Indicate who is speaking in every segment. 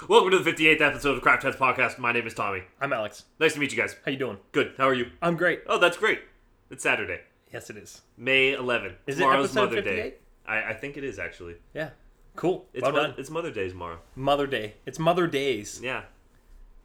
Speaker 1: to the 58th episode of Craft Heads Podcast. My name is Tommy.
Speaker 2: I'm Alex.
Speaker 1: Nice to meet you guys.
Speaker 2: How you doing?
Speaker 1: Good. How are you?
Speaker 2: I'm great.
Speaker 1: Oh, that's great. It's Saturday,
Speaker 2: Yes, it is.
Speaker 1: May 11th.
Speaker 2: Is it
Speaker 1: Tomorrow's
Speaker 2: episode
Speaker 1: Mother Day.
Speaker 2: 58?
Speaker 1: I, I think it is actually.
Speaker 2: Yeah. Cool.
Speaker 1: It's
Speaker 2: well
Speaker 1: Mo-
Speaker 2: done.
Speaker 1: It's Mother Day tomorrow.
Speaker 2: Mother Day. It's Mother Days.
Speaker 1: Yeah.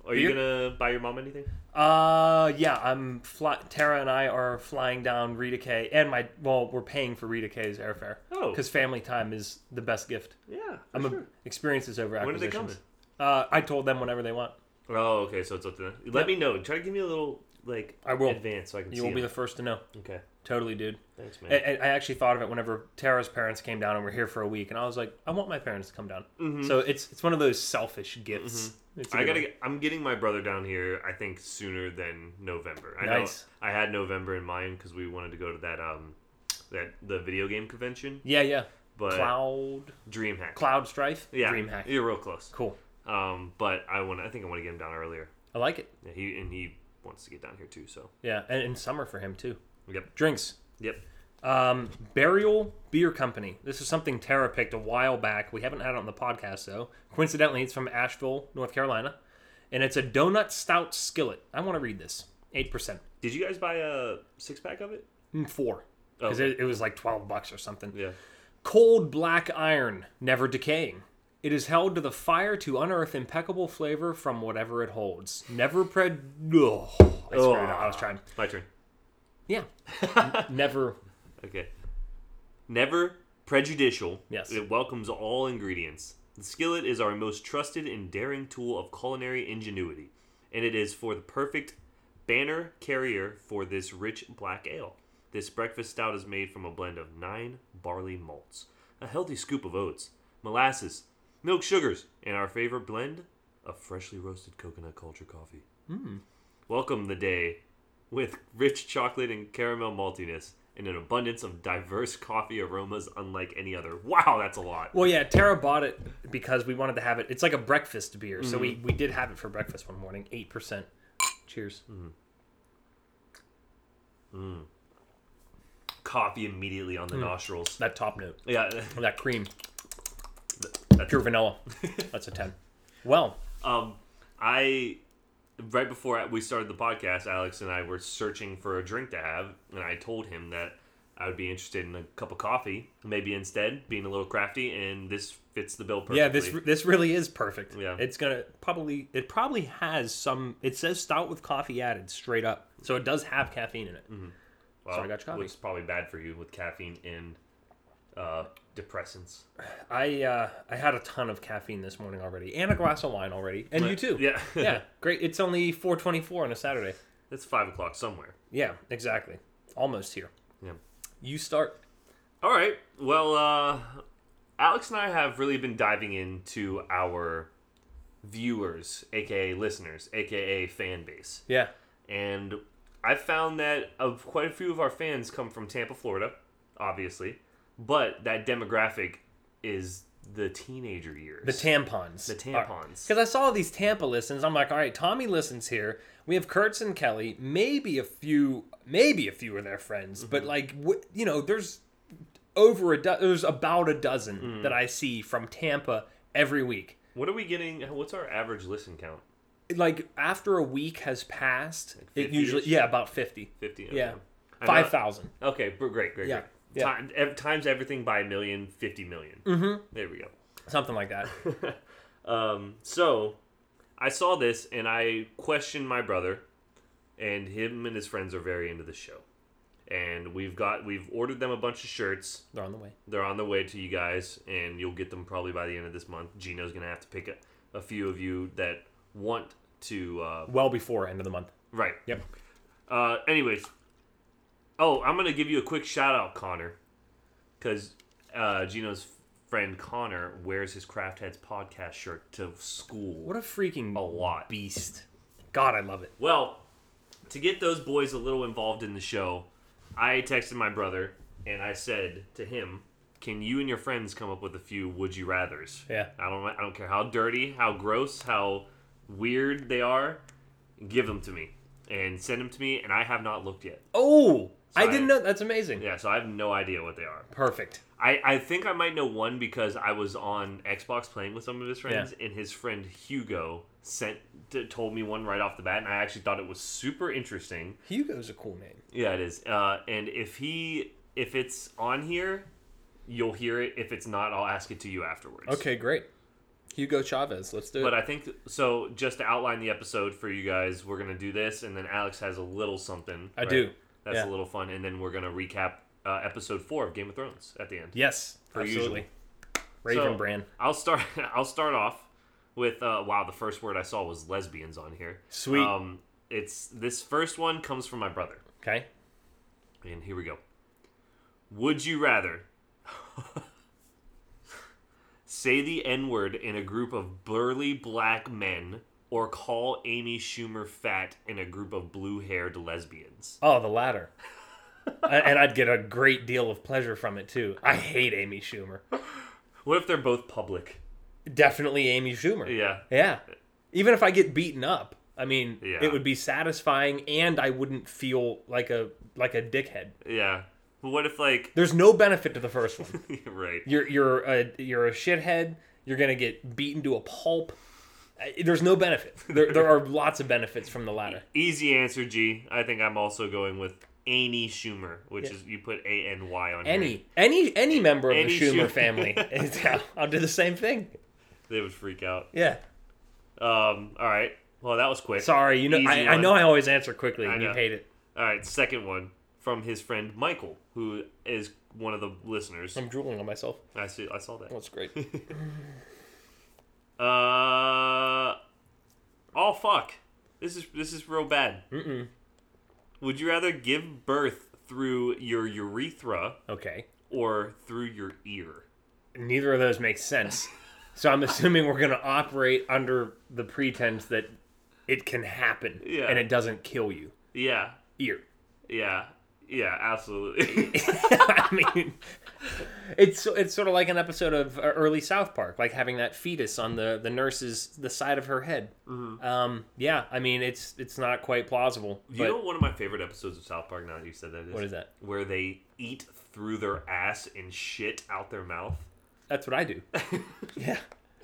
Speaker 1: Are you
Speaker 2: Beer?
Speaker 1: gonna buy your mom anything?
Speaker 2: Uh, yeah. I'm fly- Tara and I are flying down Rita K and my well, we're paying for Rita K's airfare.
Speaker 1: Oh.
Speaker 2: Because family time is the best gift.
Speaker 1: Yeah.
Speaker 2: I'm
Speaker 1: for
Speaker 2: a, experiences over
Speaker 1: When are they
Speaker 2: acquisitions. Uh, I told them whenever they want.
Speaker 1: sure. Oh, okay. So it's up to them. Let me know. Try to give me a little like
Speaker 2: I will.
Speaker 1: advance so I can
Speaker 2: You
Speaker 1: see.
Speaker 2: will be the
Speaker 1: them.
Speaker 2: first to know.
Speaker 1: Okay.
Speaker 2: Totally, dude.
Speaker 1: Thanks, man.
Speaker 2: I, I I actually thought of it whenever Tara's parents came down and were here for a week, and I was like, I want my parents to come down. So it's it's one of those selfish gifts. It's a
Speaker 1: Mm-hmm. I
Speaker 2: good
Speaker 1: gotta.
Speaker 2: one.
Speaker 1: Get, I'm getting my brother down here. I think sooner than November. I
Speaker 2: Nice.
Speaker 1: know I had November in mind because we wanted to go to that um that the video game convention,
Speaker 2: yeah, yeah.
Speaker 1: but
Speaker 2: Cloud
Speaker 1: DreamHack.
Speaker 2: Cloud Strife.
Speaker 1: yeah,
Speaker 2: DreamHack.
Speaker 1: You're real close.
Speaker 2: Cool.
Speaker 1: Um, but I want. I think I want to get him down earlier.
Speaker 2: I like it.
Speaker 1: Yeah, he and he wants to get down here too. So
Speaker 2: Yeah, and, and summer for him too.
Speaker 1: yep,
Speaker 2: Drinks.
Speaker 1: yep.
Speaker 2: Um, Burial Beer Company. This is something Tara picked a while back. We haven't had it on the podcast though. Coincidentally, it's from Asheville, North Carolina, and it's a donut stout skillet. I want to read this. Eight percent. Mm,
Speaker 1: Did you guys buy a six pack of it?
Speaker 2: Four. Because
Speaker 1: Oh, Okay.
Speaker 2: it, it was like twelve bucks or something.
Speaker 1: Yeah.
Speaker 2: Cold black iron, never decaying. It is held to the fire to unearth impeccable flavor from whatever it holds. Never pred. Oh, I, swear to God, I was trying.
Speaker 1: My turn.
Speaker 2: Yeah. never.
Speaker 1: Okay. Never prejudicial.
Speaker 2: Yes.
Speaker 1: It welcomes all ingredients. The skillet is our most trusted and daring tool of culinary ingenuity, and it is for the perfect banner carrier for this rich black ale. This breakfast stout is made from a blend of nine barley malts, a healthy scoop of oats, molasses, milk sugars, and our favorite blend of freshly roasted coconut culture coffee. Welcome the day with rich chocolate and caramel maltiness and an abundance of diverse coffee aromas unlike any other. Wow, that's a lot.
Speaker 2: Well, yeah, Tara bought it because we wanted to have it. It's like a breakfast beer. So we, we did have it for breakfast one morning. 8%. Cheers.
Speaker 1: Coffee immediately
Speaker 2: Hmm.
Speaker 1: on the nostrils.
Speaker 2: That top note,
Speaker 1: Yeah.
Speaker 2: that cream,
Speaker 1: that's-
Speaker 2: pure vanilla. That's a 10. Well,
Speaker 1: Um, I right before we started the podcast, Alex and I were searching for a drink to have, and I told him that I would be interested in a cup of coffee, maybe instead being a little crafty, and this fits the bill perfectly.
Speaker 2: Yeah, this this really is perfect.
Speaker 1: Yeah.
Speaker 2: it's gonna probably it probably has some. It says stout with coffee added, straight up. So it does have caffeine in it.
Speaker 1: Mm. well,
Speaker 2: sorry, I got you coffee.
Speaker 1: which is probably bad for you with caffeine and uh, depressants.
Speaker 2: I uh, I had a ton of caffeine this morning already, and a glass of wine already, and you too.
Speaker 1: Yeah,
Speaker 2: yeah, great. It's only four twenty four on a Saturday.
Speaker 1: It's five o'clock somewhere.
Speaker 2: Yeah, exactly. Almost here.
Speaker 1: Yeah.
Speaker 2: You start.
Speaker 1: All right. Well, uh, Alex and I have really been diving into our viewers, aka listeners, aka fan base,
Speaker 2: Yeah.
Speaker 1: and I found that of quite a few of our fans come from Tampa, Florida, obviously, but that demographic is the teenager years.
Speaker 2: The tampons.
Speaker 1: The tampons.
Speaker 2: Because I saw these Tampa listens. I'm like, all right, Tommy listens here. We have Kurtz and Kelly. Maybe a few, maybe a few of their friends.
Speaker 1: Mm-hmm.
Speaker 2: But like, wh- you know, there's over a do- there's about a dozen
Speaker 1: Mm.
Speaker 2: that I see from Tampa every week.
Speaker 1: what are we getting? What's our average listen count?
Speaker 2: Like after a week has passed, it
Speaker 1: 50-ish?
Speaker 2: usually yeah about fifty.
Speaker 1: Fifty. I
Speaker 2: Yeah,
Speaker 1: know-
Speaker 2: five thousand.
Speaker 1: Okay, br- great, great,
Speaker 2: Yeah,
Speaker 1: great.
Speaker 2: yeah.
Speaker 1: Time, ev- times everything by a million, fifty million. Mm-hmm. There we go.
Speaker 2: Something like that.
Speaker 1: Um, so I saw this and I questioned my brother, and him and his friends are very into the show. And we've got we've ordered them a bunch of shirts.
Speaker 2: They're on the way.
Speaker 1: They're on their way to you guys, and you'll get them probably by the end of this month. Gino's gonna have to pick a, a few of you that want to uh,
Speaker 2: Well before end of the month.
Speaker 1: right.
Speaker 2: Yep.
Speaker 1: Uh, anyways, oh, I'm gonna give you a quick shout out, Connor, because uh, Gino's friend Connor wears his Craft Heads podcast shirt to school.
Speaker 2: What a freaking
Speaker 1: a lot.
Speaker 2: beast. God, I love it.
Speaker 1: Well, to get those boys a little involved in the show, I texted my brother and I said to him, "Can you and your friends come up with a few would you rather's?"
Speaker 2: Yeah.
Speaker 1: I don't I don't care how dirty, how gross, how weird they are. Give them to me and send them to me, and I have not looked yet.
Speaker 2: Oh,
Speaker 1: So
Speaker 2: I didn't know. That's amazing.
Speaker 1: Yeah, so I have no idea what they are.
Speaker 2: Perfect.
Speaker 1: I, I think I might know one because I was on Xbox playing with some of his friends, and his friend Hugo sent t- told me one right off the bat, and I actually thought it was super interesting.
Speaker 2: Hugo's a cool name.
Speaker 1: Yeah, it is. Uh, and if he if it's on here, you'll hear it. If it's not, I'll ask it to you afterwards.
Speaker 2: Okay, great. Hugo Chavez. Let's do
Speaker 1: But
Speaker 2: it.
Speaker 1: I think so. Just to outline the episode for you guys, we're gonna do this, and then Alex has a little something.
Speaker 2: I do.
Speaker 1: That's
Speaker 2: Yeah.
Speaker 1: a little fun, and then we're gonna recap uh, episode four of Game of Thrones at the end.
Speaker 2: yes,
Speaker 1: Per
Speaker 2: absolutely.
Speaker 1: usual.
Speaker 2: Raven
Speaker 1: So,
Speaker 2: Brand.
Speaker 1: I'll start. I'll start off with uh, wow. The first word I saw was lesbians on here.
Speaker 2: Sweet.
Speaker 1: Um, it's this first one comes from my brother,
Speaker 2: Okay.
Speaker 1: and here we go. Would you rather say the N word in a group of burly black men, or call Amy Schumer fat in a group of blue haired lesbians?
Speaker 2: Oh, the latter. A- and I'd get a great deal of pleasure from it too. I hate Amy Schumer.
Speaker 1: What if they're both public?
Speaker 2: Definitely Amy Schumer.
Speaker 1: Yeah.
Speaker 2: Yeah. Even if I get beaten up, I mean,
Speaker 1: Yeah.
Speaker 2: it would be satisfying, and I wouldn't feel like a like a dickhead.
Speaker 1: Yeah. But what if like
Speaker 2: There's no benefit to the first one.
Speaker 1: right?
Speaker 2: You're you're a you're a shithead. You're gonna get beaten to a pulp. Uh, There's no benefit. There, there are lots of benefits from the latter.
Speaker 1: Easy answer, G. I think I'm also going with Any Schumer, which is you put A N Y on here.
Speaker 2: Any any any member of
Speaker 1: Any
Speaker 2: the Schumer
Speaker 1: Schumer.
Speaker 2: family, I'll, I'll do the same thing.
Speaker 1: They would freak out.
Speaker 2: Yeah.
Speaker 1: Um. All right. Well, that was quick.
Speaker 2: Sorry, you know
Speaker 1: Easy
Speaker 2: I, I
Speaker 1: one.
Speaker 2: know I always answer quickly,
Speaker 1: I
Speaker 2: and you
Speaker 1: know.
Speaker 2: hate it.
Speaker 1: All right. Second one from his friend Michael, who is one of the listeners.
Speaker 2: I'm drooling on myself.
Speaker 1: I see. I saw that.
Speaker 2: That's great.
Speaker 1: Uh. Oh fuck. This is this is real bad. Mm-mm. Would you rather give birth through your urethra
Speaker 2: Okay.
Speaker 1: or through your ear?
Speaker 2: Neither of those makes sense. So I'm assuming we're gonna operate under the pretense that it can happen
Speaker 1: Yeah.
Speaker 2: and it doesn't kill you.
Speaker 1: Yeah.
Speaker 2: Ear.
Speaker 1: Yeah. Yeah. Absolutely.
Speaker 2: I mean, it's it's sort of like an episode of uh, early South Park, like having that fetus on the the nurse's the side of her head. Um, yeah, I mean, it's it's not quite plausible.
Speaker 1: Mm-hmm. You
Speaker 2: but-
Speaker 1: know what one of my favorite episodes of South Park now that you said that is?
Speaker 2: What is that?
Speaker 1: Where they eat through their ass and shit out their mouth.
Speaker 2: That's what I do. yeah,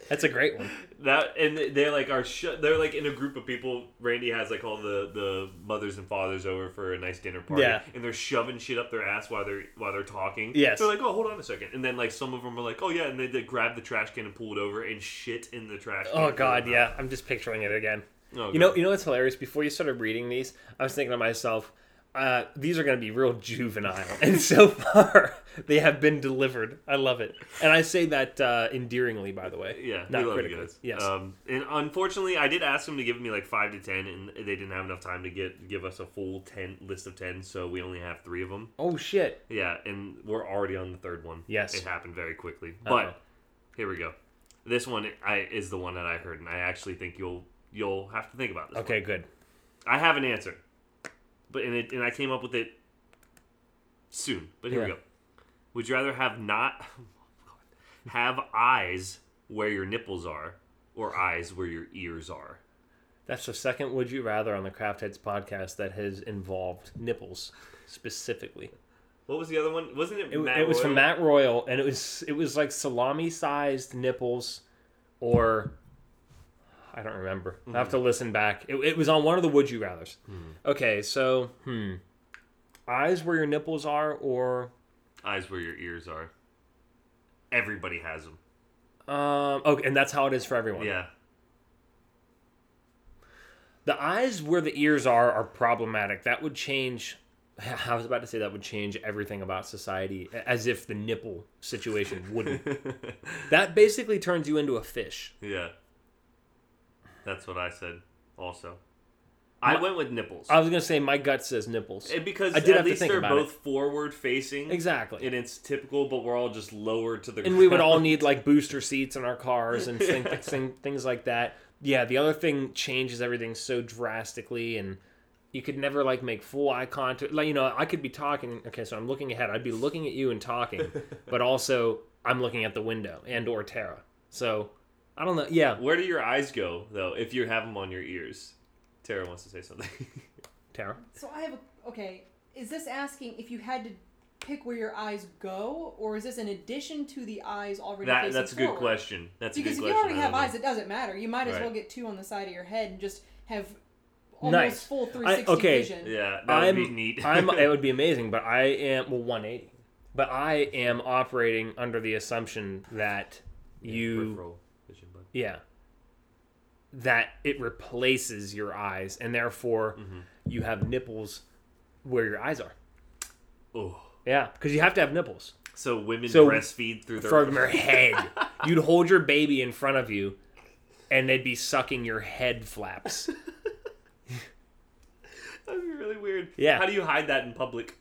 Speaker 2: that's a great one.
Speaker 1: That and they're like are sh- they're like in a group of people. Randy has like all the the mothers and fathers over for a nice dinner party,
Speaker 2: Yeah.
Speaker 1: and they're shoving shit up their ass while they're while they're talking.
Speaker 2: Yes.
Speaker 1: they're like, oh, hold on a second, and then like some of them are like, oh yeah, and they, they grab the trash can and pull it over and shit in the trash. can
Speaker 2: Oh
Speaker 1: through
Speaker 2: God,
Speaker 1: their mouth.
Speaker 2: yeah, I'm just picturing it again.
Speaker 1: Oh,
Speaker 2: You know,
Speaker 1: God.
Speaker 2: you know what's hilarious? Before you started reading these, I was thinking to myself, uh, these are going to be real juvenile, and so far they have been delivered. I love it, and I say that uh, endearingly, by the way.
Speaker 1: Yeah,
Speaker 2: not
Speaker 1: we love
Speaker 2: critically.
Speaker 1: you guys.
Speaker 2: Yes.
Speaker 1: Um, and unfortunately, I did ask them to give me like five to ten, and they didn't have enough time to get give us a full ten list of ten, so we only have three of them.
Speaker 2: oh shit.
Speaker 1: Yeah, and we're already on the third one.
Speaker 2: Yes.
Speaker 1: it happened very quickly.
Speaker 2: Uh-oh.
Speaker 1: But here we go. This one I, is the one that I heard, and I actually think you'll you'll have to think about this. one.
Speaker 2: Okay, good.
Speaker 1: I have an answer, but and it, and I came up with it soon. But here we
Speaker 2: Yeah.
Speaker 1: go. Would you rather have not oh have eyes where your nipples are, or eyes where your ears are?
Speaker 2: That's the second Would You Rather on the Craft Heads podcast that has involved nipples specifically.
Speaker 1: What was the other one? Wasn't it?
Speaker 2: It,
Speaker 1: Matt
Speaker 2: it was
Speaker 1: Royal?
Speaker 2: from Matt Royal, and it was it was like salami sized nipples, or I don't remember. I have to listen back. It, it was on one of the Would You Rather's. Okay, so hmm, eyes where your nipples are, or
Speaker 1: Eyes where your ears are. Everybody has them.
Speaker 2: um, okay, and that's how it is for everyone.
Speaker 1: Yeah,
Speaker 2: The eyes where the ears are are problematic. That would change. I was about to say that would change everything about society, as if the nipple situation wouldn't. that basically turns you into a fish.
Speaker 1: yeah. That's what I said. Also, I went with nipples
Speaker 2: I was gonna say my gut says nipples.
Speaker 1: And because
Speaker 2: I did have
Speaker 1: at
Speaker 2: to
Speaker 1: least
Speaker 2: think
Speaker 1: they're
Speaker 2: about it.
Speaker 1: both forward facing.
Speaker 2: Exactly.
Speaker 1: and it's typical, but we're all just lower to the
Speaker 2: and we would all need like booster seats in our cars and thing, thing, things like that. Yeah, the other thing changes everything so drastically, and you could never like make full eye contact. Like you know, I could be talking. Okay, so I'm looking ahead. I'd be looking at you and talking, but also I'm looking at the window and or Tara. So I don't know. Yeah,
Speaker 1: Where do your eyes go though if you have them on your ears? Tara wants to say something.
Speaker 2: Tara.
Speaker 3: So I have a, okay. is this asking if you had to pick where your eyes go, or is this an addition to the eyes already?
Speaker 1: That
Speaker 3: facing
Speaker 1: that's a good
Speaker 3: forward?
Speaker 1: question. That's a
Speaker 3: Because if
Speaker 1: good
Speaker 3: you
Speaker 1: question.
Speaker 3: already
Speaker 1: I
Speaker 3: have
Speaker 1: don't know.
Speaker 3: eyes, it doesn't matter. You might as
Speaker 1: Right.
Speaker 3: well get two on the side of your head and just have almost
Speaker 2: Nice.
Speaker 3: full 360
Speaker 2: okay.
Speaker 3: vision.
Speaker 1: Yeah, that
Speaker 2: I'm,
Speaker 1: would be neat.
Speaker 2: I'm, it would be amazing, but I am well 180. But I am operating under the assumption that you,
Speaker 1: Peripheral vision, but
Speaker 2: yeah, that it replaces your eyes, and therefore you have nipples where your eyes are.
Speaker 1: oh,
Speaker 2: Yeah, because you have to have nipples
Speaker 1: so women
Speaker 2: So-
Speaker 1: breastfeed through their
Speaker 2: from your head. You'd hold your baby in front of you, and they'd be sucking your head flaps.
Speaker 1: That'd be really weird.
Speaker 2: Yeah.
Speaker 1: How do you hide that in public?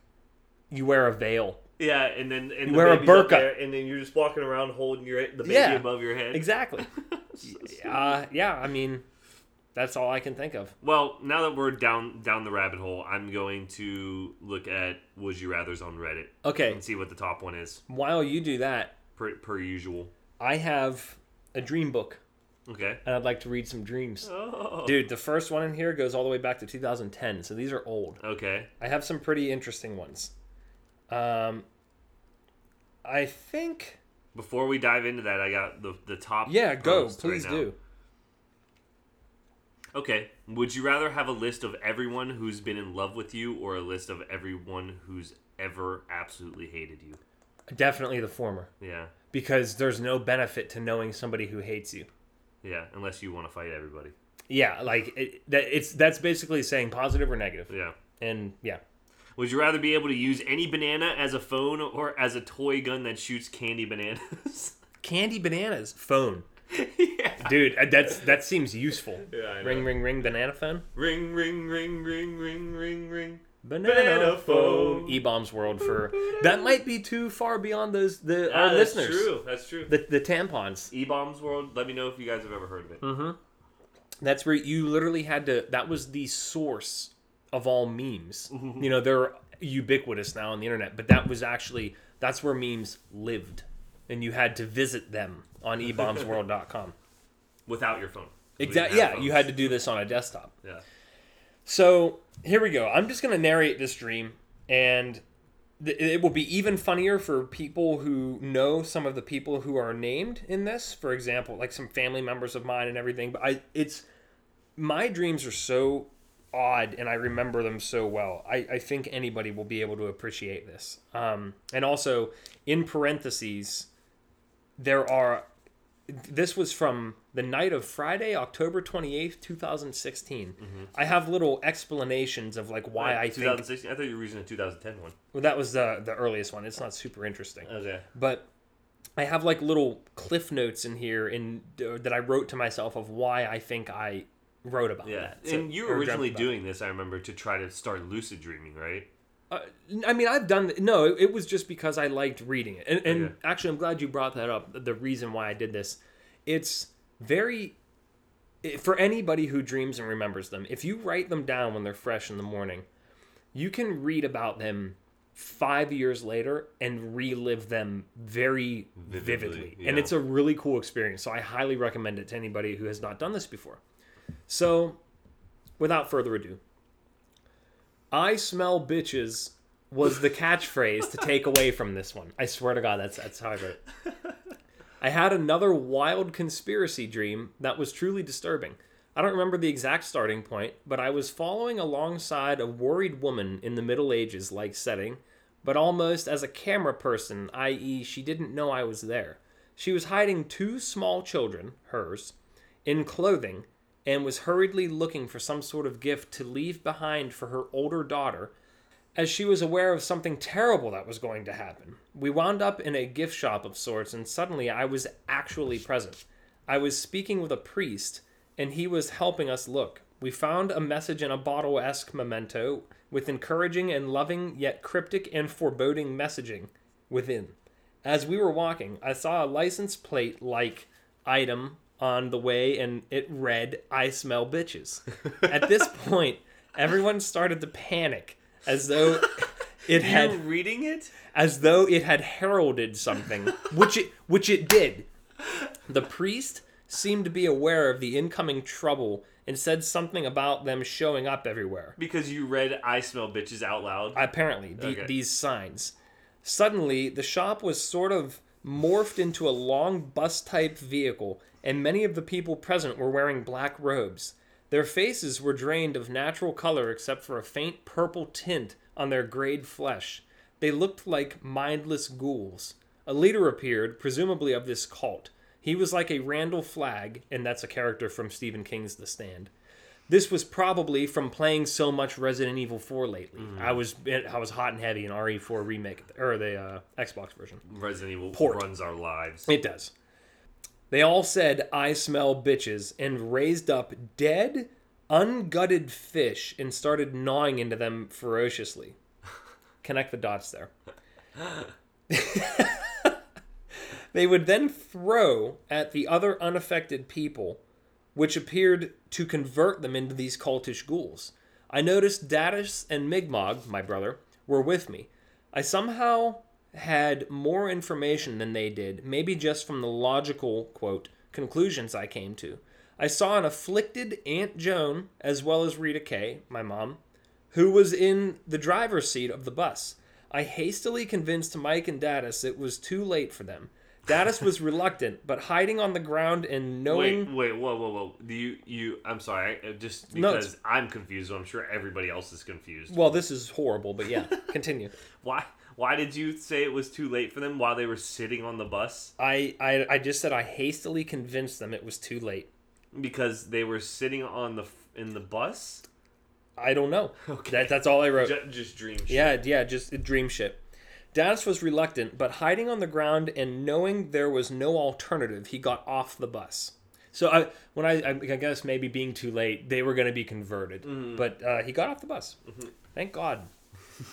Speaker 2: You wear a veil.
Speaker 1: Yeah, and then and
Speaker 2: You
Speaker 1: the
Speaker 2: wear a
Speaker 1: baby's up
Speaker 2: burqa.
Speaker 1: there, and then you're just walking around holding your the baby
Speaker 2: Yeah.
Speaker 1: above your head.
Speaker 2: Exactly. uh, yeah, I mean, that's all I can think of.
Speaker 1: Well, now that we're down down the rabbit hole, I'm going to look at would you rather's on Reddit
Speaker 2: Okay,
Speaker 1: and see what the top one is
Speaker 2: while you do that,
Speaker 1: per, per usual.
Speaker 2: I have a dream book,
Speaker 1: Okay.
Speaker 2: and I'd like to read some dreams.
Speaker 1: Oh.
Speaker 2: Dude, the first one in here goes all the way back to 2010, so these are old.
Speaker 1: Okay.
Speaker 2: I have some pretty interesting ones. Um, I think.
Speaker 1: Before we dive into that, I got the the top.
Speaker 2: Yeah, go.
Speaker 1: post right
Speaker 2: Please
Speaker 1: now.
Speaker 2: do.
Speaker 1: Okay. Would you rather have a list of everyone who's been in love with you, or a list of everyone who's ever absolutely hated you?
Speaker 2: Definitely the former,
Speaker 1: Yeah.
Speaker 2: because there's no benefit to knowing somebody who hates you.
Speaker 1: Yeah. Unless you want to fight everybody.
Speaker 2: Yeah, like it, that, it's that's basically saying positive or negative,
Speaker 1: Yeah.
Speaker 2: and yeah,
Speaker 1: Would you rather be able to use any banana as a phone or as a toy gun that shoots candy bananas?
Speaker 2: candy bananas phone,
Speaker 1: yeah.
Speaker 2: dude. uh, That's that seems useful.
Speaker 1: Yeah, I know.
Speaker 2: ring, ring, ring, banana phone.
Speaker 1: Ring, ring, ring, ring, ring, ring, ring.
Speaker 2: Banana,
Speaker 1: Banana phone.
Speaker 2: phone. E bombs world for that might be too far beyond those the
Speaker 1: Ah,
Speaker 2: our
Speaker 1: that's
Speaker 2: listeners.
Speaker 1: true. That's true.
Speaker 2: The the tampons.
Speaker 1: E bombs world. Let me know if you guys have ever heard of it.
Speaker 2: Mm-hmm. That's where you literally had to. That was the source of all memes.
Speaker 1: Mm-hmm.
Speaker 2: You know they're ubiquitous now on the internet, but that was actually that's where memes lived, and you had to visit them on e ebombsworld.com.
Speaker 1: Without your phone.
Speaker 2: Exactly.
Speaker 1: We
Speaker 2: Yeah,
Speaker 1: didn't have
Speaker 2: you had to do this on a desktop.
Speaker 1: phones. Yeah.
Speaker 2: So here we go. I'm just going to narrate this dream, and th- it will be even funnier for people who know some of the people who are named in this. For example, like some family members of mine and everything. But I, it's my dreams are so odd, and I remember them so well. I, I think anybody will be able to appreciate this. Um, and also, in parentheses, there are. This was from the night of Friday, October 28th, 2016. I have little explanations of like why I think
Speaker 1: 2016. I thought you were using a 2010 one.
Speaker 2: well, that was the the earliest one. It's not super interesting,
Speaker 1: Okay.
Speaker 2: but I have like little cliff notes in here in uh, that I wrote to myself of why I think I wrote about
Speaker 1: Yeah.
Speaker 2: that. So-
Speaker 1: and you
Speaker 2: or
Speaker 1: were
Speaker 2: dreamt
Speaker 1: originally
Speaker 2: about
Speaker 1: doing this, I remember, to try to start lucid dreaming, right?
Speaker 2: Uh, I mean, I've done no. It, it was just because I liked reading it, and, and
Speaker 1: Okay.
Speaker 2: actually, I'm glad you brought that up. The reason why I did this, it's very it- for anybody who dreams and remembers them. If you write them down when they're fresh in the morning, you can read about them five years later and relive them very vividly,
Speaker 1: Vividly,
Speaker 2: and
Speaker 1: yeah.
Speaker 2: it's a really cool experience. So I highly recommend it to anybody who has not done this before. So, without further ado. I smell bitches was the catchphrase to take away from this one. I swear to God, that's that's how I wrote. it. I had another wild conspiracy dream that was truly disturbing. I don't remember the exact starting point, but I was following alongside a worried woman in the Middle Ages like setting, but almost as a camera person, i.e., she didn't know I was there. She was hiding two small children, hers, in clothing and was hurriedly looking for some sort of gift to leave behind for her older daughter, as she was aware of something terrible that was going to happen. We wound up in a gift shop of sorts, and suddenly I was actually present. I was speaking with a priest, and he was helping us look. We found a message in a bottle esque memento with encouraging and loving, yet cryptic and foreboding messaging within. As we were walking, I saw a license plate like item on the way and it read, I smell bitches. At this point, everyone started to panic as though it
Speaker 1: You
Speaker 2: had
Speaker 1: reading it?
Speaker 2: as though it had heralded something, which it which it did. The priest seemed to be aware of the incoming trouble and said something about them showing up everywhere.
Speaker 1: Because you read I Smell Bitches out loud.
Speaker 2: Apparently, the,
Speaker 1: Okay.
Speaker 2: these signs. Suddenly, the shop was sort of morphed into a long bus type vehicle, and many of the people present were wearing black robes. Their faces were drained of natural color except for a faint purple tint on their grayed flesh. They looked like mindless ghouls. A leader appeared, presumably of this cult. He was like a Randall Flagg, and that's a character from Stephen King's The Stand. This was probably from playing so much Resident Evil 4 lately. I was I was hot and heavy in RE4 remake or the uh, Xbox version.
Speaker 1: Resident Evil
Speaker 2: Port.
Speaker 1: runs our lives.
Speaker 2: It does. They all said, I smell bitches, and raised up dead, ungutted fish and started gnawing into them ferociously. Connect the dots there. they would then throw at the other unaffected people, which appeared to convert them into these cultish ghouls. I noticed Datus and Mi'kmaq, my brother, were with me. I somehow had more information than they did, maybe just from the logical, quote, conclusions I came to. I saw an afflicted Aunt Joan, as well as Rita Kay, my mom, who was in the driver's seat of the bus. I hastily convinced Mike and Datus it was too late for them. Datus was reluctant, but hiding on the ground and knowing.
Speaker 1: Wait, wait, whoa, whoa, whoa. Do you, you, I'm sorry, I- uh, just
Speaker 2: No,
Speaker 1: because I'm confused, I'm sure everybody else is confused.
Speaker 2: Well, this is horrible, but yeah, continue.
Speaker 1: Why, why did you say it was too late for them while they were sitting on the bus?
Speaker 2: I, I, I just said I hastily convinced them it was too late.
Speaker 1: Because they were sitting on the, f- in the bus?
Speaker 2: I don't know.
Speaker 1: Okay.
Speaker 2: That, that's all I wrote.
Speaker 1: Ju- just dream shit.
Speaker 2: Yeah, yeah, just dream ship. Datus was reluctant, but hiding on the ground and knowing there was no alternative, he got off the bus. So I, when I, I I guess maybe being too late, they were going to be converted,
Speaker 1: Mm.
Speaker 2: but uh, he got off the bus.
Speaker 1: Mm-hmm.
Speaker 2: Thank God.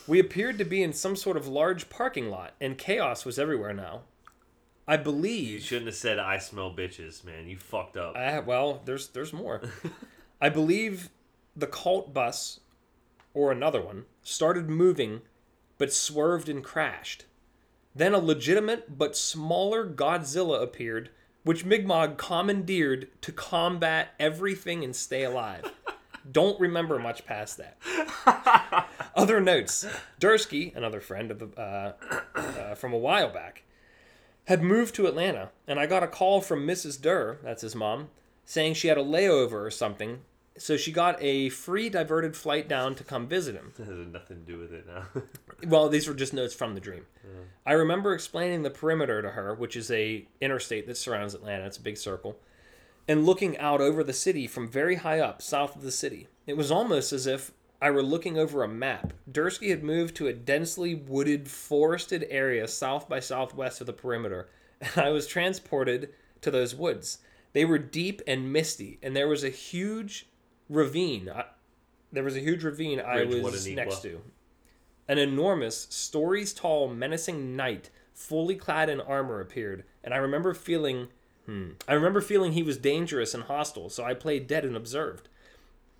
Speaker 2: we appeared to be in some sort of large parking lot, and chaos was everywhere now. I
Speaker 1: You
Speaker 2: believe
Speaker 1: shouldn't have said I smell bitches, man. You fucked up.
Speaker 2: I, well, there's there's more. I believe the cult bus or another one started moving, but swerved and crashed. Then a legitimate but smaller Godzilla appeared, which Mi'kmaq commandeered to combat everything and stay alive. Don't remember much past that. Other notes: Dursky, another friend of the uh, uh, from a while back, had moved to Atlanta, and I got a call from Mrs. Durr, that's his mom, saying she had a layover or something. So she got a free diverted flight down to come visit him.
Speaker 1: That has nothing to do with it now.
Speaker 2: Well, these were just notes from the dream. I remember explaining the perimeter to her, which is a interstate that surrounds Atlanta. It's a big circle, and looking out over the city from very high up, south of the city. It was almost as if I were looking over a map. Dursky had moved to a densely wooded, forested area south by southwest of the perimeter, and I was transported to those woods. They were deep and misty, and there was a huge ravine. I, there was a huge ravine I
Speaker 1: Ridge, what
Speaker 2: was
Speaker 1: an
Speaker 2: next
Speaker 1: equal.
Speaker 2: to. An enormous, stories tall, menacing knight, fully clad in armor, appeared, and I remember feeling. Hmm, I remember feeling he was dangerous and hostile, so I played dead and observed.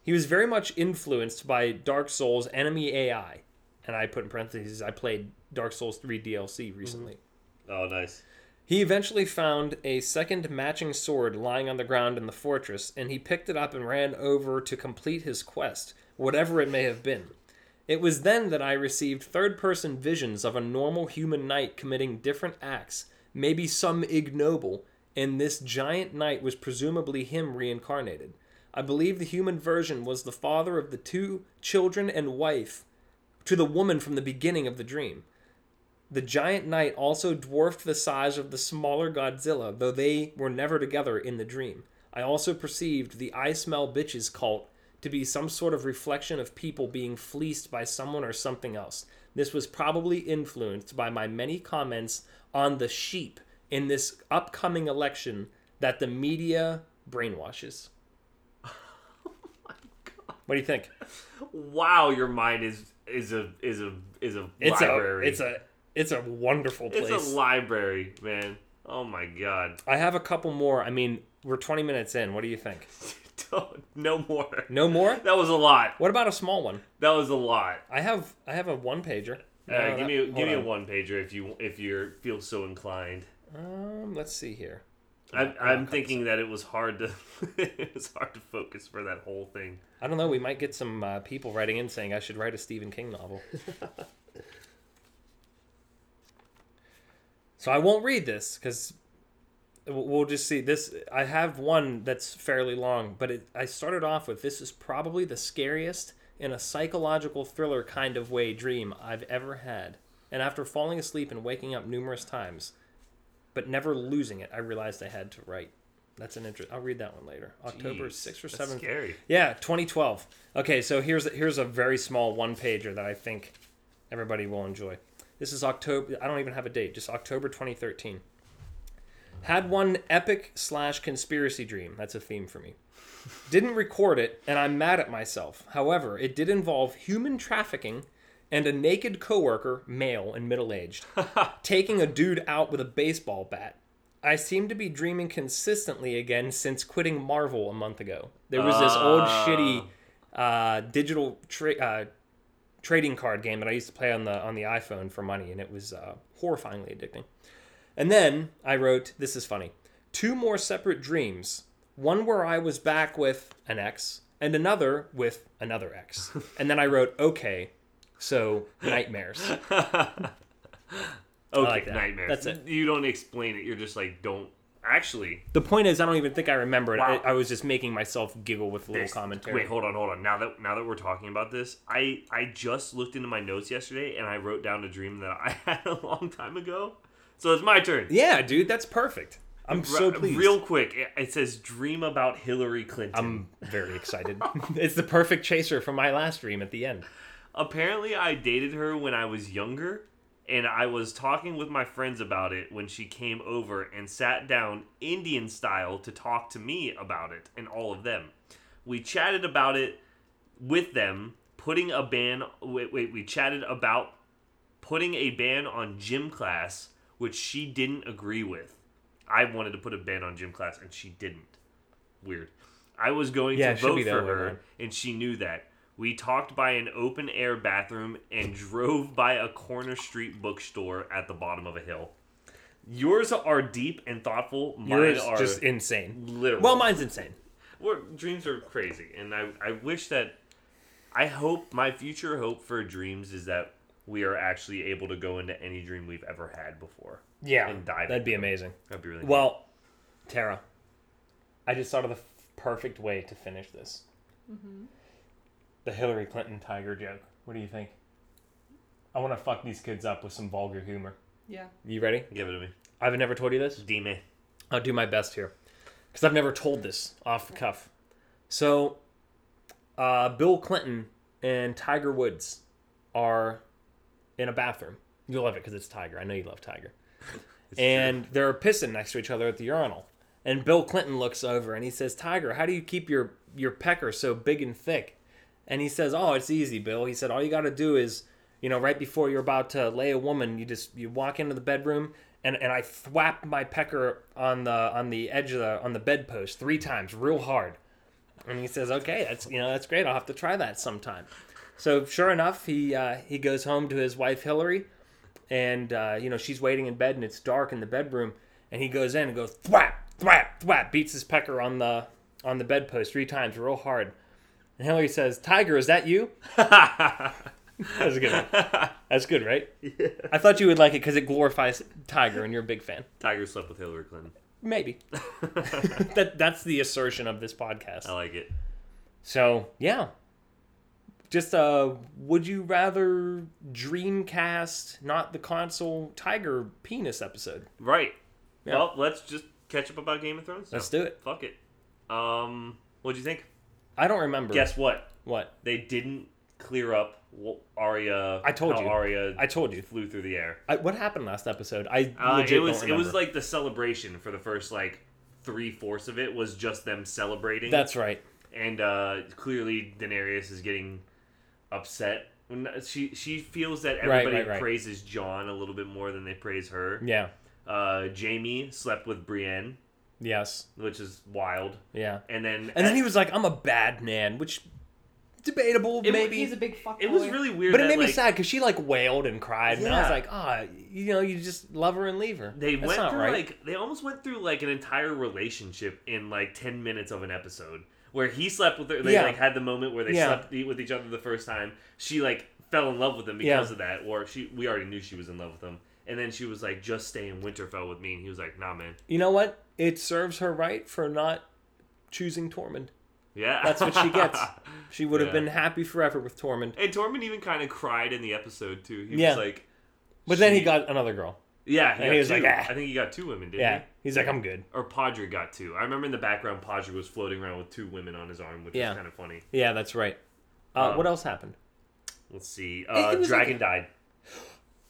Speaker 2: He was very much influenced by Dark Souls enemy AI, and I put in parentheses I played Dark Souls 3 DLC recently.
Speaker 1: oh, nice.
Speaker 2: He eventually found a second matching sword lying on the ground in the fortress, and he picked it up and ran over to complete his quest, whatever it may have been. It was then that I received third person visions of a normal human knight committing different acts, maybe some ignoble, and this giant knight was presumably him reincarnated. I believe the human version was the father of the two children and wife to the woman from the beginning of the dream. The giant knight also dwarfed the size of the smaller Godzilla, though they were never together in the dream. I also perceived the I Smell Bitches cult to be some sort of reflection of people being fleeced by someone or something else. This was probably influenced by my many comments on the sheep in this upcoming election that the media brainwashes.
Speaker 1: Oh
Speaker 2: What do you think?
Speaker 1: Wow, your mind is is a is a is a
Speaker 2: It's
Speaker 1: library.
Speaker 2: a it's a it's a wonderful place.
Speaker 1: It's a library, man. Oh my god.
Speaker 2: I have a couple more. I mean, we're 20 minutes in. What do you think?
Speaker 1: Don't- no more.
Speaker 2: No more?
Speaker 1: That was a lot.
Speaker 2: What about a small one?
Speaker 1: That was a lot.
Speaker 2: I have I have a one pager.
Speaker 1: Uh,
Speaker 2: No,
Speaker 1: give
Speaker 2: that-
Speaker 1: me give
Speaker 2: hold
Speaker 1: me a
Speaker 2: on.
Speaker 1: one pager if you if you feel so inclined.
Speaker 2: Um, let's see here.
Speaker 1: I,
Speaker 2: not
Speaker 1: I'm
Speaker 2: cups.
Speaker 1: thinking that it was hard to it was hard to focus for that whole thing.
Speaker 2: I don't know. We might get some uh, people writing in saying I should write a Stephen King novel. so I won't read this because we'll just see this. I have one that's fairly long, but it, I started off with this is probably the scariest in a psychological thriller kind of way dream I've ever had. And after falling asleep and waking up numerous times, but never losing it, I realized I had to write. That's an interest. I'll read that one later. October
Speaker 1: Jeez,
Speaker 2: sixth or
Speaker 1: that's
Speaker 2: seventh.
Speaker 1: Scary.
Speaker 2: Yeah, 2012. Okay, so here's here's a very small one pager that I think everybody will enjoy. This is October. I don't even have a date. Just October 2013. Had one epic slash conspiracy dream. That's a theme for me. Didn't record it, and I'm mad at myself. However, it did involve human trafficking and a naked coworker, male and middle aged, taking a dude out with a baseball bat. I seem to be dreaming consistently again since quitting Marvel a month ago. There was this old
Speaker 1: Ah.
Speaker 2: shitty uh, digital tra- uh, trading card game that I used to play on the on the iPhone for money, and it was uh, horrifyingly addicting. And then I wrote, "This is funny." Two more separate dreams. One where I was back with an ex, and another with another ex. and then I wrote, "Okay, so nightmares."
Speaker 1: Okay,
Speaker 2: like that.
Speaker 1: nightmares.
Speaker 2: That's it.
Speaker 1: You don't explain it. You're just like, don't. Actually,
Speaker 2: the point is, I don't even think I remembered.
Speaker 1: Wow.
Speaker 2: I, I was just making myself giggle with little
Speaker 1: this-
Speaker 2: commentary.
Speaker 1: Wait, hold on, hold on. Now that now that we're talking about this, I I just looked into my notes yesterday and I wrote down a dream that I had a long time ago. So it's my turn.
Speaker 2: yeah, dude, that's perfect. I'm so
Speaker 1: Re-
Speaker 2: pleased.
Speaker 1: Real quick, it, it says dream about Hillary Clinton.
Speaker 2: I'm very excited. it's the perfect chaser from my last dream at the end.
Speaker 1: Apparently, I dated her when I was younger, and I was talking with my friends about it when she came over and sat down Indian style to talk to me about it and all of them. We chatted about it with them, putting a ban. Wait, wait, we chatted about putting a ban on gym class, which she didn't agree with. I wanted to put a ban on gym class, and she didn't. Weird. I was going
Speaker 2: Yeah,
Speaker 1: to
Speaker 2: it should
Speaker 1: vote
Speaker 2: be
Speaker 1: for
Speaker 2: that way,
Speaker 1: her,
Speaker 2: man.
Speaker 1: and she knew that. We talked by an open air bathroom and drove by a corner street bookstore at the bottom of a hill. Yours are deep and thoughtful. Mine
Speaker 2: Yours
Speaker 1: are
Speaker 2: just insane.
Speaker 1: literal.
Speaker 2: Well, mine's insane.
Speaker 1: We're, dreams are crazy, and I, I wish that I hope my future hope for dreams is that we are actually able to go into any dream we've ever had before.
Speaker 2: Yeah,
Speaker 1: and dive
Speaker 2: that'd
Speaker 1: into
Speaker 2: be
Speaker 1: it.
Speaker 2: amazing.
Speaker 1: That'd be really neat.
Speaker 2: Well, Tara, I just thought of the f- perfect way to finish this. Mm-hmm. The Hillary Clinton tiger joke. What do you think? I want to fuck these kids up with some vulgar humor.
Speaker 3: Yeah.
Speaker 2: You ready?
Speaker 1: give it to me,
Speaker 2: I've never told you this.
Speaker 1: Dime.
Speaker 2: I'll do my best here because I've never told this off the cuff. So, uh, Bill Clinton and Tiger Woods are in a bathroom. You'll love it because it's Tiger. I know you love Tiger. and they're pissing next to each other at the urinal. And Bill Clinton looks over and he says, "Tiger, how do you keep your your pecker so big and thick?" And he says, "Oh, it's easy, Bill." He said, "All you got to do is, you know, right before you're about to lay a woman, you just you walk into the bedroom and and I thwap my pecker on the on the edge of the on the bedpost three times, real hard." And he says, "Okay, that's you know that's great. I'll have to try that sometime." So sure enough, he uh, he goes home to his wife Hillary, and uh, you know she's waiting in bed and it's dark in the bedroom and he goes in and goes thwap thwap thwap beats his pecker on the on the bedpost three times real hard and hillary says tiger is that you that's a good one that's good right i thought you would like it because it glorifies tiger and you're a big fan
Speaker 1: Tiger slept with Hillary Clinton.
Speaker 2: maybe that that's the assertion of this podcast
Speaker 1: I like it.
Speaker 2: so yeah, just uh, would you rather Dreamcast, not the console, Tiger penis episode?
Speaker 1: Right.
Speaker 2: Yeah.
Speaker 1: Well, let's just catch up about Game of Thrones.
Speaker 2: Let's
Speaker 1: now.
Speaker 2: do it.
Speaker 1: Fuck it. Um, what'd you think?
Speaker 2: I don't remember.
Speaker 1: Guess what?
Speaker 2: what?
Speaker 1: They didn't clear up wh- Arya.
Speaker 2: I told
Speaker 1: how
Speaker 2: you.
Speaker 1: Arya.
Speaker 2: I told you.
Speaker 1: flew through the air.
Speaker 2: I, what happened last episode? I
Speaker 1: Uh,
Speaker 2: legit
Speaker 1: it was
Speaker 2: don't
Speaker 1: it
Speaker 2: remember.
Speaker 1: was like the celebration for the first like three fourths of it was just them celebrating.
Speaker 2: that's right.
Speaker 1: and uh, clearly Daenerys is getting upset. When uh, she she feels that everybody
Speaker 2: right, right.
Speaker 1: praises John a little bit more than they praise her.
Speaker 2: Yeah.
Speaker 1: Uh, Jamie slept with Brienne,
Speaker 2: Yes.
Speaker 1: which is wild.
Speaker 2: Yeah.
Speaker 1: And then
Speaker 2: And then he was like, "I'm a bad man," which debatable,
Speaker 1: It-
Speaker 2: maybe.
Speaker 3: He's a big fuck.
Speaker 1: It was really weird.
Speaker 2: but it
Speaker 1: that,
Speaker 2: made me
Speaker 1: like,
Speaker 2: sad because she like wailed and cried, and I was
Speaker 1: Yeah.
Speaker 2: like, ah, you know, you just love her and leave her.
Speaker 1: They
Speaker 2: That's
Speaker 1: went
Speaker 2: not
Speaker 1: through
Speaker 2: right.
Speaker 1: like they almost went through like an entire relationship in like ten minutes of an episode where he slept with her. They
Speaker 2: Yeah.
Speaker 1: like had the moment where they
Speaker 2: Yeah.
Speaker 1: slept e- with each other the first time. She like fell in love with him because
Speaker 2: Yeah.
Speaker 1: of that, or she we already knew she was in love with him. And then she was like, "Just stay in Winterfell with me," and he was like, "Nah, man."
Speaker 2: you know what? It serves her right for not choosing Tormund.
Speaker 1: Yeah,
Speaker 2: That's what she gets. She would have
Speaker 1: Yeah.
Speaker 2: been happy forever with Tormund,
Speaker 1: and Tormund even kind of cried in the episode too. He
Speaker 2: Yeah.
Speaker 1: was like,
Speaker 2: but then he
Speaker 1: She-
Speaker 2: got another girl.
Speaker 1: "Yeah," he,
Speaker 2: And
Speaker 1: got
Speaker 2: he was
Speaker 1: two.
Speaker 2: like, "Ah."
Speaker 1: "I think he got two women, didn't
Speaker 2: Yeah,
Speaker 1: he?"
Speaker 2: he's like, I'm good.
Speaker 1: Or Podrick got two. I remember in the background, Podrick was floating around with two women on his arm, which
Speaker 2: Yeah.
Speaker 1: was kind of funny.
Speaker 2: Yeah, that's right. Uh,
Speaker 1: Um,
Speaker 2: what else happened?
Speaker 1: Let's see. Uh,
Speaker 2: it was
Speaker 1: Dragon
Speaker 2: like-
Speaker 1: died,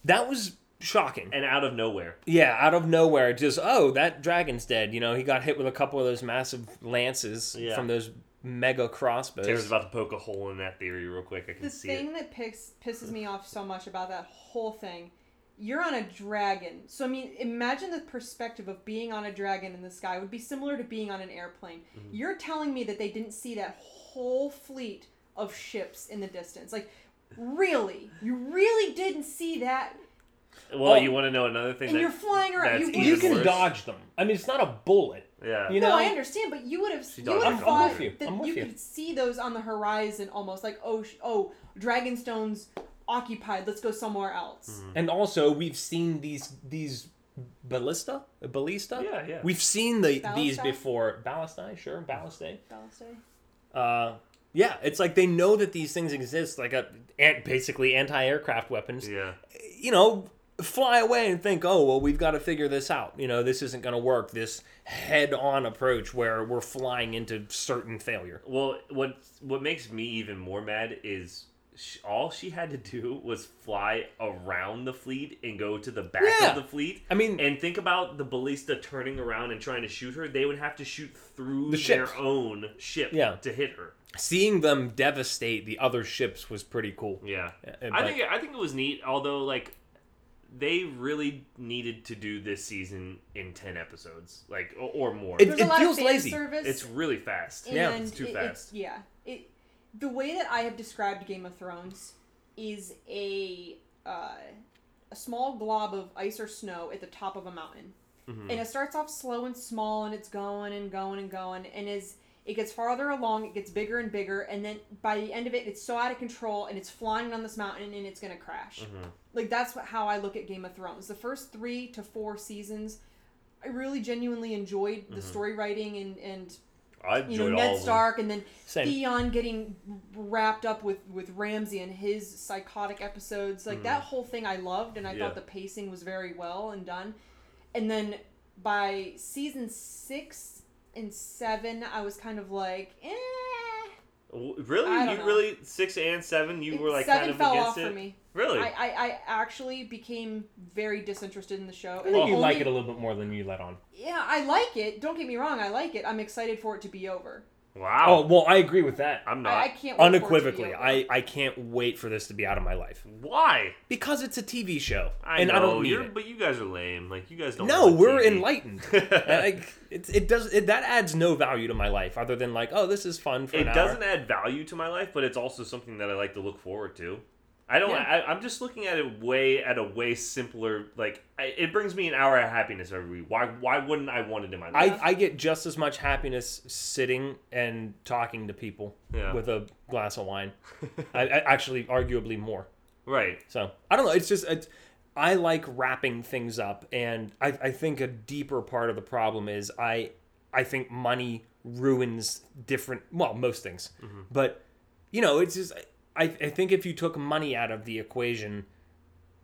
Speaker 2: That was shocking.
Speaker 1: and out of nowhere.
Speaker 2: Yeah, out of nowhere, just oh, that dragon's dead. You know, he got hit with a couple of those massive lances
Speaker 1: Yeah.
Speaker 2: from those mega crossbows.
Speaker 1: Taylor's about to poke a hole in that theory real quick. I can
Speaker 3: the
Speaker 1: see
Speaker 3: thing
Speaker 1: it.
Speaker 3: that picks, pisses me off so much about that whole thing you're on a dragon so i mean imagine the perspective of being on a dragon in the sky would be similar to being on an airplane
Speaker 1: Mm-hmm.
Speaker 3: you're telling me that they didn't see that whole fleet of ships in the distance like really you really didn't see that
Speaker 1: Well,
Speaker 2: Oh.
Speaker 1: you want to know another thing?
Speaker 3: and
Speaker 1: that,
Speaker 3: you're flying around
Speaker 1: that's
Speaker 3: you,
Speaker 1: even
Speaker 2: you
Speaker 3: would've
Speaker 2: can
Speaker 1: worse.
Speaker 2: dodge them. I mean, it's not a bullet.
Speaker 1: yeah.
Speaker 2: You know,
Speaker 3: no, I understand, but you would have
Speaker 1: She
Speaker 3: you
Speaker 1: dodged
Speaker 3: would
Speaker 1: a
Speaker 3: have
Speaker 1: couple.
Speaker 3: thought
Speaker 1: I'm with
Speaker 2: you.
Speaker 3: that
Speaker 2: I'm with
Speaker 3: you
Speaker 2: you.
Speaker 3: could see those on the horizon, almost like oh sh- oh Dragonstone's occupied. Let's go somewhere
Speaker 1: Mm-hmm.
Speaker 3: else.
Speaker 2: and also we've seen these these ballista, ballista.
Speaker 1: Yeah, yeah.
Speaker 2: We've seen the these
Speaker 3: Ballistae?
Speaker 2: before. Ballastae, sure, ballastae.
Speaker 3: Ballastae?
Speaker 2: Uh, yeah, it's like they know that these things exist, like a an- basically anti-aircraft weapons.
Speaker 1: yeah.
Speaker 2: you know, fly away and think, oh, well, we've got to figure this out. You know, this isn't going to work. This head on approach where we're flying into certain failure.
Speaker 1: Well, what what makes me even more mad is sh all she had to do was fly around the fleet and go to the back
Speaker 2: Yeah.
Speaker 1: of the fleet.
Speaker 2: I mean-
Speaker 1: and think about the ballista turning around and trying to shoot her. They would have to shoot through
Speaker 2: The
Speaker 1: their
Speaker 2: ships.
Speaker 1: own ship
Speaker 2: Yeah.
Speaker 1: to hit her.
Speaker 2: Seeing them devastate the other ships was pretty cool. Uh,
Speaker 1: Yeah,
Speaker 2: and
Speaker 1: I
Speaker 2: like-
Speaker 1: think I think it was neat. Although, like, they really needed to do this season in ten episodes, like or, or more.
Speaker 2: It-
Speaker 3: There's a lot
Speaker 2: feels
Speaker 3: of fan
Speaker 2: lazy.
Speaker 3: Service
Speaker 1: it's really fast.
Speaker 2: Yeah,
Speaker 3: and
Speaker 1: it's too
Speaker 3: it-
Speaker 1: fast.
Speaker 3: yeah, it, the way that I have described Game of Thrones is a uh, a small glob of ice or snow at the top of a mountain,
Speaker 1: Mm-hmm.
Speaker 3: and it starts off slow and small, and it's going and going and going, and as it gets farther along, it gets bigger and bigger, and then by the end of it, it's so out of control, and it's flying on this mountain, and it's gonna crash.
Speaker 1: Mm-hmm.
Speaker 3: Like that's what, how I look at Game of Thrones. The first three to four seasons. I really genuinely enjoyed
Speaker 1: Mm-hmm.
Speaker 3: the story writing and, and
Speaker 1: I
Speaker 3: you know
Speaker 1: enjoyed all
Speaker 3: Ned
Speaker 1: of them.
Speaker 3: Stark, and then
Speaker 2: Same.
Speaker 3: Theon getting wrapped up with with Ramsey and his psychotic episodes. Like that whole thing, I loved, and I
Speaker 1: Mm. Yeah.
Speaker 3: thought the pacing was very well and done. And then by season six and seven, I was kind of like, eh.
Speaker 1: W- Really,
Speaker 3: I don't
Speaker 1: you
Speaker 3: know.
Speaker 1: really six and seven. You were like
Speaker 3: seven
Speaker 1: kind of
Speaker 3: fell
Speaker 1: against
Speaker 3: off
Speaker 1: it.
Speaker 3: for me.
Speaker 1: Really,
Speaker 3: I, I, I actually became very disinterested in the show.
Speaker 2: I
Speaker 3: and
Speaker 2: think
Speaker 3: the
Speaker 2: you like
Speaker 3: only-
Speaker 2: it a little bit more than you let on.
Speaker 3: Yeah, I like it. Don't get me wrong, I like it. I'm excited for it to be over.
Speaker 1: wow.
Speaker 2: Oh, well, I agree with that.
Speaker 1: I'm not.
Speaker 3: I, I can't wait for it to be
Speaker 2: Unequivocally,
Speaker 3: over.
Speaker 2: I, I can't wait for this to be out of my life
Speaker 1: Why?
Speaker 2: because it's a TV show
Speaker 1: I
Speaker 2: and
Speaker 1: know,
Speaker 2: I don't need
Speaker 1: you're,
Speaker 2: it.
Speaker 1: But you guys are lame. Like you guys don't.
Speaker 2: No,
Speaker 1: watch
Speaker 2: we're
Speaker 1: TV.
Speaker 2: enlightened. like it, it does it, that adds no value to my life other than like oh this is fun for
Speaker 1: it
Speaker 2: an
Speaker 1: doesn't
Speaker 2: hour.
Speaker 1: add value to my life, but it's also something that I like to look forward to. I don't.
Speaker 2: Yeah.
Speaker 1: I, I'm just looking at it way at a way simpler. Like I, it brings me an hour of happiness every week. Why? Why wouldn't I want it in my life?
Speaker 2: I, I get just as much happiness sitting and talking to people
Speaker 1: Yeah.
Speaker 2: with a glass of wine. I, I actually arguably more.
Speaker 1: right.
Speaker 2: So I don't know. It's just it's, I like wrapping things up, and I, I think a deeper part of the problem is I I think money ruins different well most things, but you know it's just I I think if you took money out of the equation.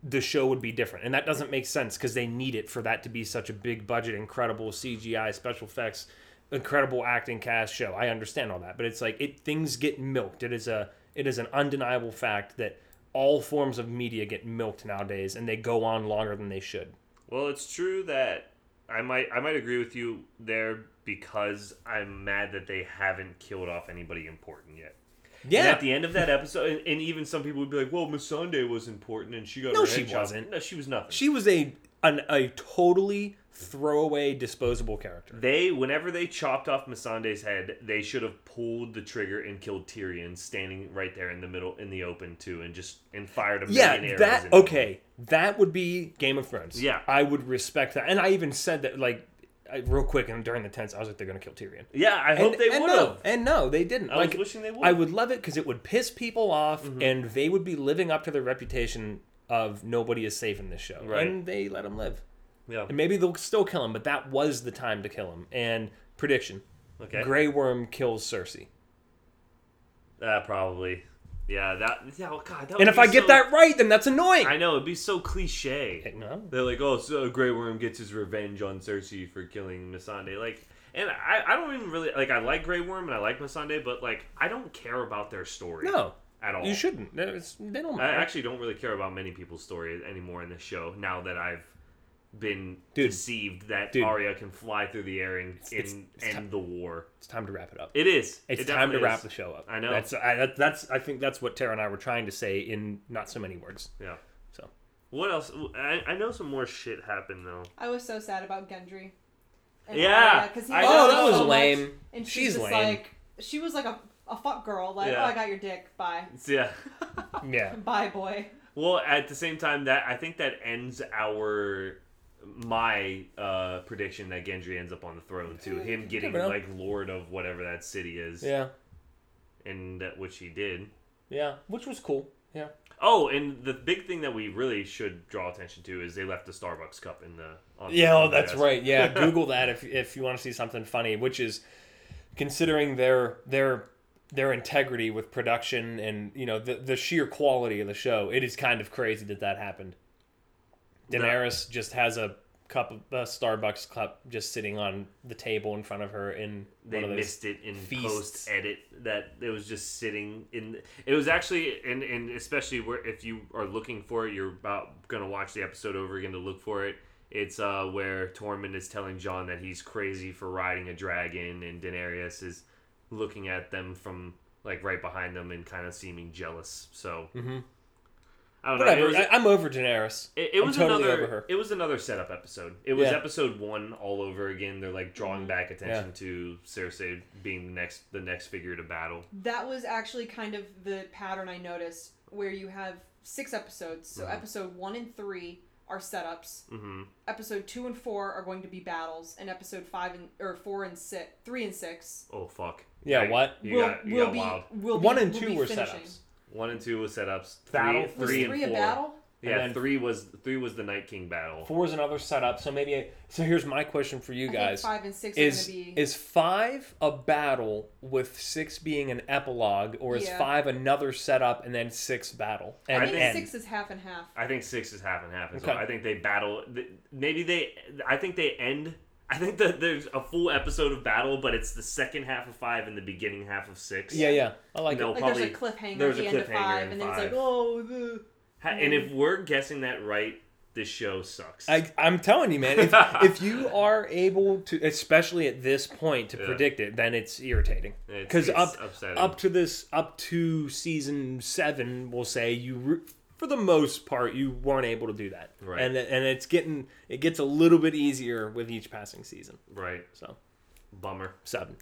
Speaker 2: The show would be different, and that doesn't make sense because they need it for that to be such a big budget, incredible CGI, special effects, incredible acting cast show. I understand all that, but it's like it things get milked. It is a it is an undeniable fact that all forms of media get milked nowadays and they go on longer than they should.
Speaker 1: Well, it's true that I might. I might agree with you there because I'm mad that they haven't killed off anybody important yet. And at the end of that episode, and, and even some people would be like, "Well, Miss Sunday was important, and she got
Speaker 2: No,
Speaker 1: her
Speaker 2: she
Speaker 1: head chopped."
Speaker 2: wasn't.
Speaker 1: No, she was nothing.
Speaker 2: she was a an, a totally throwaway disposable character.
Speaker 1: They, whenever they chopped off Masande's head, they should have pulled the trigger and killed Tyrion standing right there in the middle in the open too, and just and fired a million
Speaker 2: Yeah,
Speaker 1: arrows.
Speaker 2: that
Speaker 1: into him.
Speaker 2: okay. That would be Game of Thrones.
Speaker 1: Yeah.
Speaker 2: I would respect that, and I even said that like I, real quick and during the tense, I was like, they're gonna kill Tyrion.
Speaker 1: Yeah, I
Speaker 2: And,
Speaker 1: hope they
Speaker 2: and
Speaker 1: would
Speaker 2: no,
Speaker 1: have.
Speaker 2: and no, they didn't.
Speaker 1: I
Speaker 2: like,
Speaker 1: was wishing they Mm-hmm. would.
Speaker 2: I would love it because it would piss people off, and they would be living up to their reputation of nobody is safe in this show,
Speaker 1: Right.
Speaker 2: and they let him live.
Speaker 1: Yeah.
Speaker 2: And maybe they'll still kill him, but that was the time to kill him. And prediction:
Speaker 1: Okay.
Speaker 2: Grey Worm kills Cersei.
Speaker 1: Uh, probably. Yeah. That. Yeah. Oh God. That would
Speaker 2: And if
Speaker 1: be
Speaker 2: I get
Speaker 1: so-
Speaker 2: that right, then that's annoying.
Speaker 1: I know it'd be so cliche.
Speaker 2: no.
Speaker 1: They're like, oh, so Grey Worm gets his revenge on Cersei for killing Missandei. Like, and I, I don't even really like. I like Grey Worm and I like Missandei, but like, I don't care about their story.
Speaker 2: No.
Speaker 1: at all.
Speaker 2: You shouldn't. No, It's, they don't
Speaker 1: Oh. I
Speaker 2: matter.
Speaker 1: actually don't really care about many people's story anymore in this show. Now that I've been
Speaker 2: Dude.
Speaker 1: deceived that
Speaker 2: Dude.
Speaker 1: Arya can fly through the air and
Speaker 2: it's-
Speaker 1: and
Speaker 2: it's
Speaker 1: end the war.
Speaker 2: it's time to wrap it up.
Speaker 1: It is.
Speaker 2: It's
Speaker 1: It
Speaker 2: time to
Speaker 1: definitely
Speaker 2: wrap
Speaker 1: is.
Speaker 2: the show up.
Speaker 1: I know.
Speaker 2: That's I, that, that's I think that's what Tara and I were trying to say in not so many words.
Speaker 1: Yeah.
Speaker 2: So
Speaker 1: What else? I, I know some more shit happened though.
Speaker 3: I was so sad about Gendry. And
Speaker 1: Yeah,
Speaker 3: Arya, 'cause he
Speaker 1: I
Speaker 3: loved
Speaker 1: know.
Speaker 3: her
Speaker 1: Oh, that
Speaker 2: was
Speaker 3: much,
Speaker 2: lame.
Speaker 3: And she's,
Speaker 2: She's
Speaker 3: just
Speaker 2: lame.
Speaker 3: like she was like a, a fuck girl. Like
Speaker 1: Yeah.
Speaker 3: oh, I got your dick. Bye,
Speaker 1: Yeah.
Speaker 2: yeah,
Speaker 3: bye, boy.
Speaker 1: Well, at the same time, that I think that ends our my uh prediction that Gendry ends up on the throne too. Him getting
Speaker 2: Never know.
Speaker 1: like lord of whatever that city is,
Speaker 2: yeah,
Speaker 1: and that which he did.
Speaker 2: yeah, which was cool. Yeah,
Speaker 1: Oh, and the big thing that we really should draw attention to is they left the Starbucks cup in the. On
Speaker 2: yeah,
Speaker 1: the
Speaker 2: oh, that's right. Yeah, Google that if if you want to see something funny, which is considering their their their integrity with production and you know the the sheer quality of the show. It is kind of crazy that that happened. Daenerys just has a cup of a Starbucks cup just sitting on the table in front of her in
Speaker 1: They
Speaker 2: one of those
Speaker 1: missed it in
Speaker 2: feasts.
Speaker 1: post edit that it was just sitting in. It was actually and and especially where if you are looking for it, you're about gonna watch the episode over again to look for it. It's uh where Tormund is telling John that he's crazy for riding a dragon, and Daenerys is looking at them from like right behind them and kind of seeming jealous. So I don't know. It
Speaker 2: Mm-hmm. Whatever.
Speaker 1: was-
Speaker 2: I, I'm over Daenerys.
Speaker 1: It, it
Speaker 2: I'm
Speaker 1: was
Speaker 2: totally
Speaker 1: another.
Speaker 2: over her.
Speaker 1: It was another setup episode. It was
Speaker 2: Yeah.
Speaker 1: episode one all over again. They're like
Speaker 3: Mm.
Speaker 1: drawing back attention to Cersei being the next the next figure to battle.
Speaker 3: That was actually kind of the pattern I noticed, where you have six episodes. So
Speaker 1: Mm-hmm.
Speaker 3: episode one and three are setups.
Speaker 1: Mhm.
Speaker 3: Episode two and four are going to be battles, and episode five and or four and six, three and six
Speaker 1: Oh fuck!
Speaker 2: Yeah,
Speaker 1: Like,
Speaker 2: what?
Speaker 1: you
Speaker 3: will
Speaker 1: got? You
Speaker 3: will
Speaker 1: got
Speaker 3: be
Speaker 1: wild.
Speaker 3: will be
Speaker 2: One and
Speaker 3: will
Speaker 2: two
Speaker 3: be
Speaker 2: were
Speaker 3: finishing.
Speaker 2: setups.
Speaker 1: One and two was setups. Three,
Speaker 2: Battle?
Speaker 1: three,
Speaker 3: Was
Speaker 1: and
Speaker 3: three a
Speaker 1: four.
Speaker 3: battle?
Speaker 1: Yeah,
Speaker 2: then-
Speaker 1: three was three was the Night King battle.
Speaker 2: Four is another setup. So maybe. so here's my question for you
Speaker 3: I think
Speaker 2: guys:
Speaker 3: five and six
Speaker 2: Is
Speaker 3: are going to be.
Speaker 2: is five a battle with six being an epilogue, or is
Speaker 3: Yeah.
Speaker 2: five another setup and then six battle? And
Speaker 3: I think
Speaker 2: end?
Speaker 3: six is half and half.
Speaker 1: I think six is half and half. As
Speaker 2: Okay.
Speaker 1: well. I think they battle. th- Maybe they. I think they end. I think that there's a full episode of battle, but it's the second half of five and the beginning half of six.
Speaker 2: Yeah, yeah. I like
Speaker 1: No.
Speaker 2: it.
Speaker 3: Like there's a
Speaker 1: probably-
Speaker 3: cliffhanger
Speaker 1: there's
Speaker 3: at the
Speaker 1: a
Speaker 3: end of
Speaker 1: cliffhanger
Speaker 3: five,
Speaker 1: in
Speaker 3: and then it's like
Speaker 1: five.
Speaker 3: oh, the...
Speaker 1: Ha- And if we're guessing that right, this show sucks.
Speaker 2: I, I'm telling you, man. If, if you are able to, especially at this point, to
Speaker 1: Yeah.
Speaker 2: predict it, then it's irritating.
Speaker 1: It's-
Speaker 2: Because
Speaker 1: it's
Speaker 2: up
Speaker 1: upsetting.
Speaker 2: up to this, up to season seven, we'll say you, re- for the most part, you weren't able to do that.
Speaker 1: Right.
Speaker 2: And and it's getting it gets a little bit easier with each passing season.
Speaker 1: right.
Speaker 2: So
Speaker 1: Bummer.
Speaker 2: seven.